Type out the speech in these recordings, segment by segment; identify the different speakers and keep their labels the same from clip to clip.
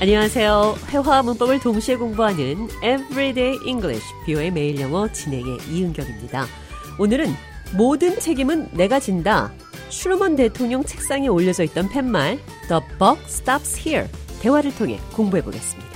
Speaker 1: 안녕하세요. 회화 문법을 동시에 공부하는 Everyday English, 비오의 매일 영어 진행의 이은경입니다. 오늘은 모든 책임은 내가 진다. 슈루먼 대통령 책상에 올려져 있던 팻말 The buck stops here. 대화를 통해 공부해 보겠습니다.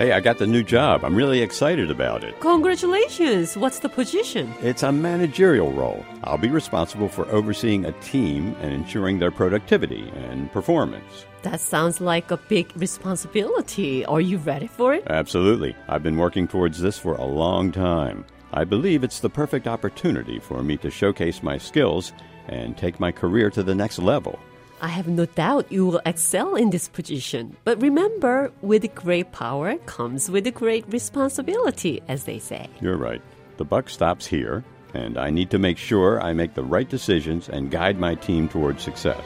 Speaker 2: Hey, I got the new job. I'm really excited about it.
Speaker 1: Congratulations. What's the position?
Speaker 2: It's a managerial role. I'll be responsible for overseeing a team and ensuring their productivity and performance.
Speaker 1: That sounds like a big responsibility. Are you ready for it?
Speaker 2: Absolutely. I've been working towards this for a long time. I believe it's the perfect opportunity for me to showcase my skills and take my career to the next level.
Speaker 1: I have no doubt you will excel in this position. But remember, with great power comes with great responsibility, as they say.
Speaker 2: You're right. The buck stops here, and I need to make sure I make the right decisions and guide my team towards success.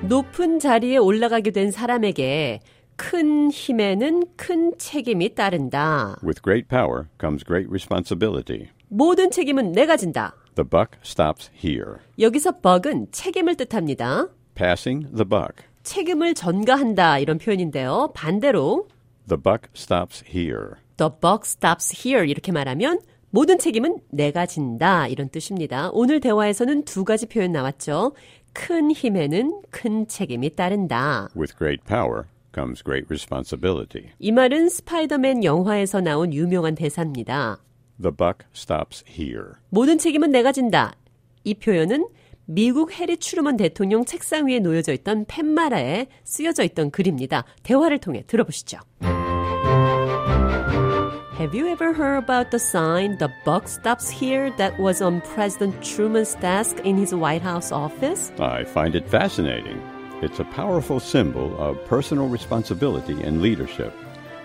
Speaker 1: 높은 자리에 올라가게 된 사람에게 큰 힘에는 큰 책임이 따른다.
Speaker 2: With great power comes great responsibility.
Speaker 1: 모든 책임은 내가 진다.
Speaker 2: The buck stops here.
Speaker 1: 여기서 bug은 책임을 뜻합니다.
Speaker 2: Passing the buck.
Speaker 1: 책임을 전가한다 이런 표현인데요. 반대로
Speaker 2: The buck stops here.
Speaker 1: The buck stops here 이렇게 말하면 모든 책임은 내가 진다 이런 뜻입니다. 오늘 대화에서는 두 가지 표현 나왔죠. 큰 힘에는 큰 책임이 따른다.
Speaker 2: With great power comes great responsibility.
Speaker 1: 이 말은 스파이더맨 영화에서 나온 유명한 대사입니다.
Speaker 2: The buck stops here.
Speaker 1: 모든 책임은 내가 진다. 이 표현은 미국 해리 추르먼 대통령 책상 위에 놓여져 있던 팻마라에 쓰여져 있던 글입니다. 대화를 통해 들어보시죠. Have you ever heard about the sign "The buck stops here" that was on President Truman's desk in his White House office?
Speaker 2: I find it fascinating. It's a powerful symbol of personal responsibility and leadership.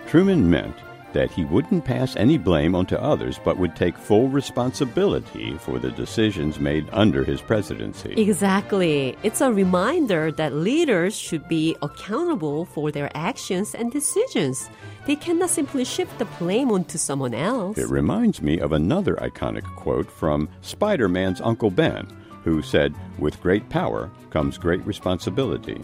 Speaker 2: Truman meant that he wouldn't pass any blame onto others but would take full responsibility for the decisions made under his presidency.
Speaker 1: Exactly. It's a reminder that leaders should be accountable for their actions and decisions. They cannot simply shift the blame onto someone else.
Speaker 2: It reminds me of another iconic quote from Spider Man's Uncle Ben, who said, With great power comes great responsibility.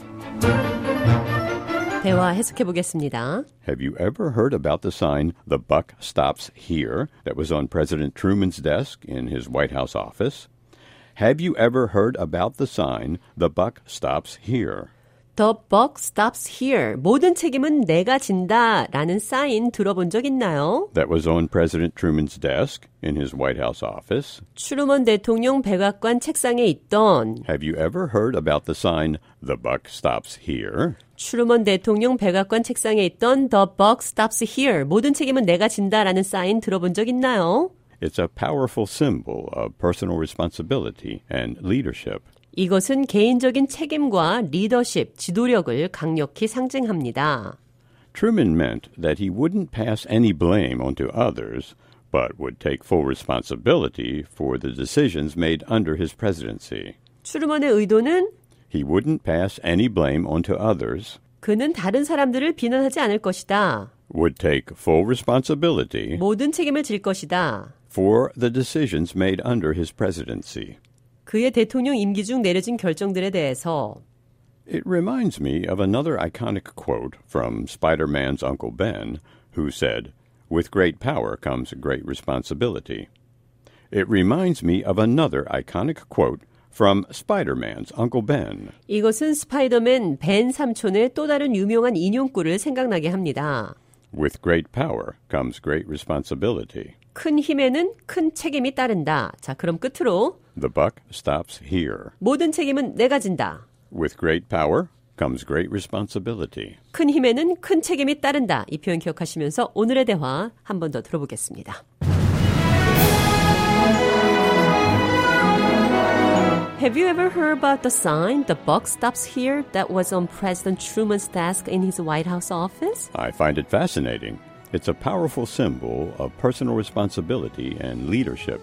Speaker 1: 대화 해석해 보겠습니다.
Speaker 2: Have you ever heard about the sign, The Buck Stops Here, that was on President Truman's desk in his White House office? Have you ever heard about the sign, The Buck Stops Here?
Speaker 1: The buck stops here. 모든 책임은 내가 진다. 라는 사인 들어본 적 있나요?
Speaker 2: That was on President Truman's desk in his White House office.
Speaker 1: 추르먼 대통령 백악관 책상에 있던
Speaker 2: Have you ever heard about the sign, The Buck Stops Here?
Speaker 1: 추르먼 대통령 백악관 책상에 있던 The buck stops here. 모든 책임은 내가 진다. 라는 사인 들어본 적 있나요?
Speaker 2: It's a powerful symbol of personal responsibility and leadership.
Speaker 1: 이것은 개인적인 책임과 리더십, 지도력을 강력히 상징합니다.
Speaker 2: Truman meant that he wouldn't pass any blame onto others, but would take full responsibility for the decisions made under his presidency.
Speaker 1: 추르먼의 의도는
Speaker 2: He wouldn't pass any blame onto others,
Speaker 1: 그는 다른 사람들을 비난하지 않을 것이다.
Speaker 2: would take full responsibility
Speaker 1: 모든 책임을 질 것이다.
Speaker 2: for the decisions made under his presidency.
Speaker 1: 그의 대통령 임기 중 내려진 결정들에 대해서
Speaker 2: It reminds me of another iconic quote from Spider Man's Uncle Ben, who said, With great power comes great responsibility. It reminds me of another iconic quote from Spider Man's Uncle Ben.
Speaker 1: 이것은 스파이더맨 벤 삼촌의 또 다른 유명한 인용구를 생각나게 합니다.
Speaker 2: With great power comes great responsibility.
Speaker 1: 큰 힘에는 큰 책임이 따른다. 자, 그럼 끝으로
Speaker 2: The buck stops here.
Speaker 1: 모든 책임은 내가 진다.
Speaker 2: With great power comes great responsibility.
Speaker 1: 큰 힘에는 큰 책임이 따른다. 이 표현 기억하시면서 오늘의 대화 한 번 더 들어보겠습니다. Have you ever heard about the sign "The buck stops here" that was on President Truman's desk in his White House office?
Speaker 2: I find it fascinating. It's a powerful symbol of personal responsibility and leadership.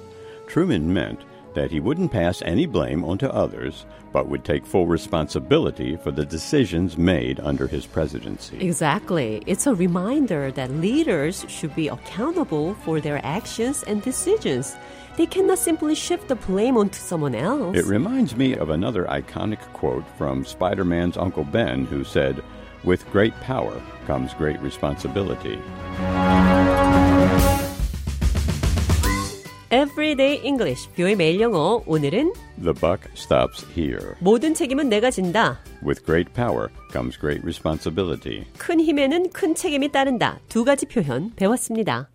Speaker 2: Truman meant that he wouldn't pass any blame onto others, but would take full responsibility for the decisions made under his presidency.
Speaker 1: Exactly. It's a reminder that leaders should be accountable for their actions and decisions. They cannot simply shift the blame onto someone else.
Speaker 2: It reminds me of another iconic quote from Spider Man's Uncle Ben, who said, With great power comes great responsibility.
Speaker 1: Everyday English, 뷰의 매일 영어. 오늘은
Speaker 2: The buck stops here.
Speaker 1: 모든 책임은 내가 진다.
Speaker 2: With great power comes great responsibility.
Speaker 1: 큰 힘에는 큰 책임이 따른다. 두 가지 표현 배웠습니다.